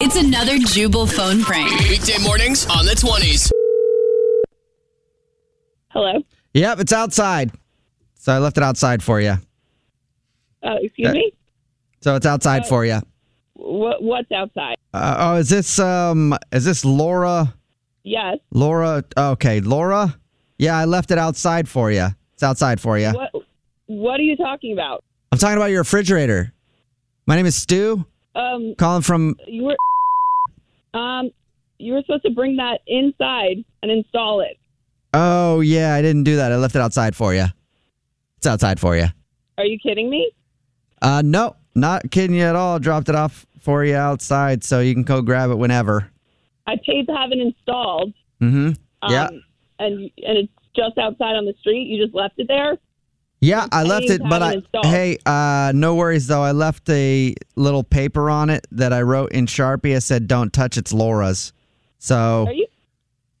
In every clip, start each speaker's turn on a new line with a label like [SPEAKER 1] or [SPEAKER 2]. [SPEAKER 1] It's another Jubal phone prank.
[SPEAKER 2] Weekday mornings on the 20s.
[SPEAKER 3] Hello.
[SPEAKER 4] Yep, it's outside. So I left it outside for you.
[SPEAKER 3] Oh, excuse
[SPEAKER 4] Uh,
[SPEAKER 3] me. Uh,
[SPEAKER 4] So it's outside for you.
[SPEAKER 3] What what's outside?
[SPEAKER 4] Uh, oh, is this um is this Laura?
[SPEAKER 3] Yes.
[SPEAKER 4] Laura. Okay, Laura. Yeah, I left it outside for you. It's outside for you.
[SPEAKER 3] What what are you talking about?
[SPEAKER 4] I'm talking about your refrigerator. My name is Stu.
[SPEAKER 3] Um,
[SPEAKER 4] Calling from.
[SPEAKER 3] you were um, you were supposed to bring that inside and install it.
[SPEAKER 4] Oh yeah, I didn't do that. I left it outside for you. It's outside for you.
[SPEAKER 3] Are you kidding me?
[SPEAKER 4] Uh, no, not kidding you at all. Dropped it off for you outside, so you can go grab it whenever.
[SPEAKER 3] I paid to have it installed. um,
[SPEAKER 4] Mm-hmm. yeah.
[SPEAKER 3] And and it's just outside on the street. You just left it there.
[SPEAKER 4] Yeah, I left it,
[SPEAKER 3] time
[SPEAKER 4] but
[SPEAKER 3] and
[SPEAKER 4] I
[SPEAKER 3] install.
[SPEAKER 4] hey, uh, no worries though. I left a little paper on it that I wrote in Sharpie. I said, "Don't touch, it's Laura's." So
[SPEAKER 3] Are you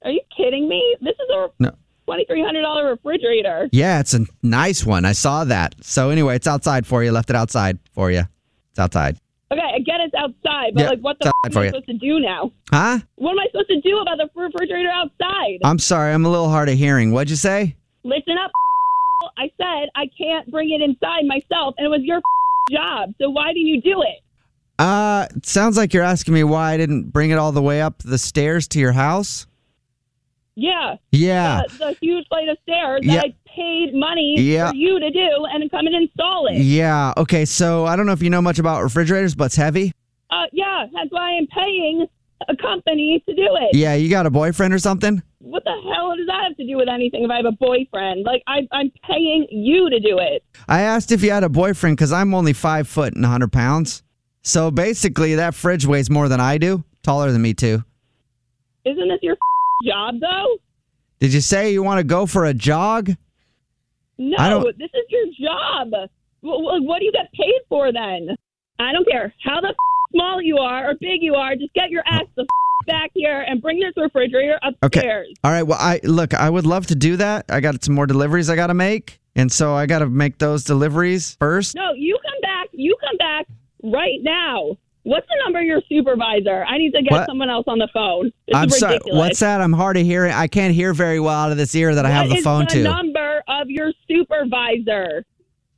[SPEAKER 3] are you kidding me? This is a
[SPEAKER 4] No.
[SPEAKER 3] twenty three hundred dollar refrigerator.
[SPEAKER 4] yeah, it's a nice one. I saw that. So anyway, it's outside for you. Left it outside for you. It's outside,
[SPEAKER 3] Okay, I get it's outside, but
[SPEAKER 4] Yeah,
[SPEAKER 3] like, what the
[SPEAKER 4] it's
[SPEAKER 3] f-
[SPEAKER 4] outside
[SPEAKER 3] am
[SPEAKER 4] for
[SPEAKER 3] I
[SPEAKER 4] you.
[SPEAKER 3] supposed to do now?
[SPEAKER 4] huh?
[SPEAKER 3] What am I supposed to do about the refrigerator outside?
[SPEAKER 4] I'm sorry, I'm a little hard of hearing. What'd you say?
[SPEAKER 3] Listen up. I said I can't bring it inside myself, and it was your job. So why do you do it?
[SPEAKER 4] Uh, it sounds like you're asking me why I didn't bring it all the way up the stairs to your house.
[SPEAKER 3] Yeah,
[SPEAKER 4] Yeah,
[SPEAKER 3] the, the huge flight of stairs
[SPEAKER 4] Ah. Yeah.
[SPEAKER 3] that I paid money
[SPEAKER 4] Yeah.
[SPEAKER 3] for you to do, and come and install it.
[SPEAKER 4] yeah. Okay, so I don't know if you know much about refrigerators, but it's heavy.
[SPEAKER 3] Uh, yeah, that's why I'm paying a company to do it.
[SPEAKER 4] Yeah, you got a boyfriend or something?
[SPEAKER 3] What the hell does that have to do with anything? If I have a boyfriend, like I, I'm paying you to do it.
[SPEAKER 4] I asked if you had a boyfriend because I'm only five foot and 100 pounds. So basically, that fridge weighs more than I do, taller than me, too.
[SPEAKER 3] Isn't this your job though?
[SPEAKER 4] Did you say you want to go for a jog? I
[SPEAKER 3] No,
[SPEAKER 4] don't-
[SPEAKER 3] this is your job. What, what do you get paid for then? I don't care how the f- small you are or big you are. Just get your
[SPEAKER 4] Oh.
[SPEAKER 3] ass the f- back here and bring this refrigerator upstairs.
[SPEAKER 4] All right. Well, I look, I would love to do that. I got some more deliveries I got to make. And so I got to make those deliveries first.
[SPEAKER 3] No, you come back. You come back right now. What's the number of your supervisor? I need to get
[SPEAKER 4] What?
[SPEAKER 3] someone else on the phone. This
[SPEAKER 4] I'm
[SPEAKER 3] is
[SPEAKER 4] sorry.
[SPEAKER 3] ridiculous.
[SPEAKER 4] What's that? I'm hard of hearing. I can't hear very well out of this ear that I have
[SPEAKER 3] What
[SPEAKER 4] the
[SPEAKER 3] is
[SPEAKER 4] phone to.
[SPEAKER 3] number of your supervisor?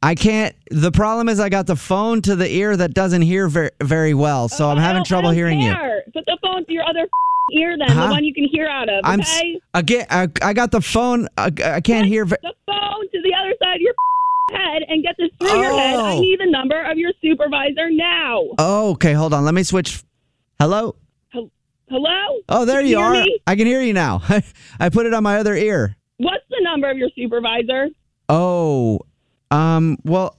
[SPEAKER 4] I can't. The problem is I got the phone to the ear that doesn't hear very, very well. So I'm
[SPEAKER 3] Oh, I
[SPEAKER 4] having
[SPEAKER 3] don't-
[SPEAKER 4] trouble
[SPEAKER 3] I don't
[SPEAKER 4] hearing you.
[SPEAKER 3] care. Put the phone to your other f- ear then,
[SPEAKER 4] Huh?
[SPEAKER 3] the one you can hear out of.
[SPEAKER 4] I'm s-
[SPEAKER 3] okay?
[SPEAKER 4] again. I, I got the phone. I, I can't hear. Ve-
[SPEAKER 3] the phone to the other side of your head and get this through your head. I
[SPEAKER 4] Oh.
[SPEAKER 3] need the number of your supervisor now.
[SPEAKER 4] oh, okay. Hold on. Let me switch. Hello.
[SPEAKER 3] Hel- Hello?
[SPEAKER 4] Oh, there
[SPEAKER 3] Can
[SPEAKER 4] you
[SPEAKER 3] hear
[SPEAKER 4] are.
[SPEAKER 3] me?
[SPEAKER 4] I can hear you now. I put it on my other ear.
[SPEAKER 3] What's the number of your supervisor?
[SPEAKER 4] Oh, um. Well,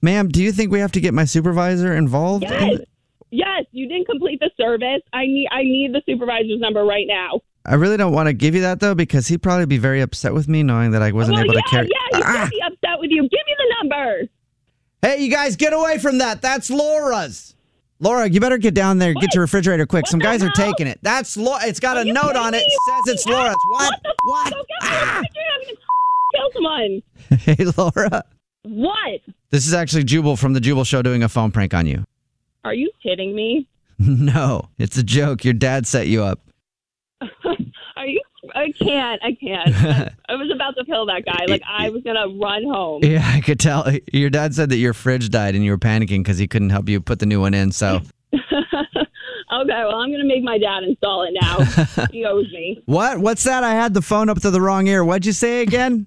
[SPEAKER 4] ma'am, do you think we have to get my supervisor involved? in
[SPEAKER 3] Yes.
[SPEAKER 4] it?
[SPEAKER 3] Yes, you didn't complete the service. I need I need the supervisor's number right now.
[SPEAKER 4] I really don't want to give you that though, because he'd probably be very upset with me knowing that I wasn't
[SPEAKER 3] well,
[SPEAKER 4] able
[SPEAKER 3] yeah,
[SPEAKER 4] to carry.
[SPEAKER 3] yeah, he's
[SPEAKER 4] Ah!
[SPEAKER 3] gonna be upset with you. Give me the number.
[SPEAKER 4] Hey, you guys, get away from that. That's Laura's. Laura, you better get down there and get
[SPEAKER 3] What?
[SPEAKER 4] your refrigerator quick.
[SPEAKER 3] What
[SPEAKER 4] Some
[SPEAKER 3] the
[SPEAKER 4] guys are
[SPEAKER 3] hell?
[SPEAKER 4] taking it. That's Laura. It's got
[SPEAKER 3] Are
[SPEAKER 4] a
[SPEAKER 3] you
[SPEAKER 4] note on it.
[SPEAKER 3] kidding me?
[SPEAKER 4] Says it's Laura's. What?
[SPEAKER 3] What?
[SPEAKER 4] What?
[SPEAKER 3] the fuck?
[SPEAKER 4] Ah!
[SPEAKER 3] Go get me a picture having to kill someone.
[SPEAKER 4] Hey, Laura.
[SPEAKER 3] What?
[SPEAKER 4] This is actually Jubal from the Jubal Show doing a phone prank on you.
[SPEAKER 3] Are you kidding me?
[SPEAKER 4] No, it's a joke. Your dad set you up.
[SPEAKER 3] Are you? I can't. I can't. I was about to kill that guy. Like I was gonna run home.
[SPEAKER 4] Yeah, I could tell. Your dad said that your fridge died and you were panicking because he couldn't help you put the new one in. So,
[SPEAKER 3] okay. Well, I'm gonna make my dad install it now. he owes me.
[SPEAKER 4] what? What's that? I had the phone up to the wrong ear. What'd you say again?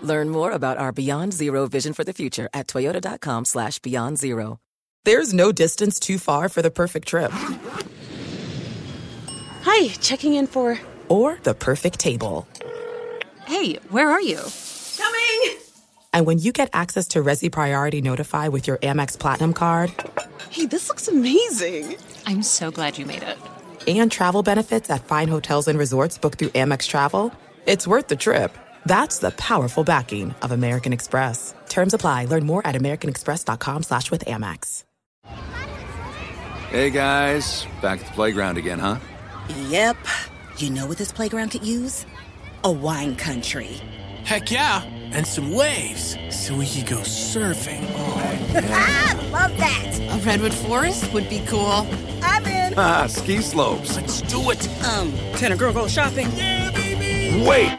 [SPEAKER 5] Learn more about our Beyond Zero vision for the future at toyota.com slash beyond zero. There's no distance too far for the perfect trip
[SPEAKER 6] Hi, checking in for.
[SPEAKER 5] or the perfect table.
[SPEAKER 6] Hey, where are you?
[SPEAKER 7] Coming!
[SPEAKER 5] And when you get access to Resi Priority Notify with your Amex Platinum card
[SPEAKER 6] Hey, this looks amazing. I'm so glad you made it.
[SPEAKER 5] and travel benefits at fine hotels and resorts booked through Amex Travel, it's worth the trip. That's the powerful backing of American Express. Terms apply. Learn more at americanexpress.com slash with Amex.
[SPEAKER 8] Hey guys, back at the playground again, huh?
[SPEAKER 9] Yep. You know what this playground could use? A wine country.
[SPEAKER 2] Heck yeah, and some waves so we could go surfing.
[SPEAKER 7] ah, love that.
[SPEAKER 10] A redwood forest would be cool.
[SPEAKER 7] I'm in.
[SPEAKER 8] Ah, ski slopes.
[SPEAKER 2] Let's do it.
[SPEAKER 9] Um, can a girl go shopping?
[SPEAKER 8] Wait!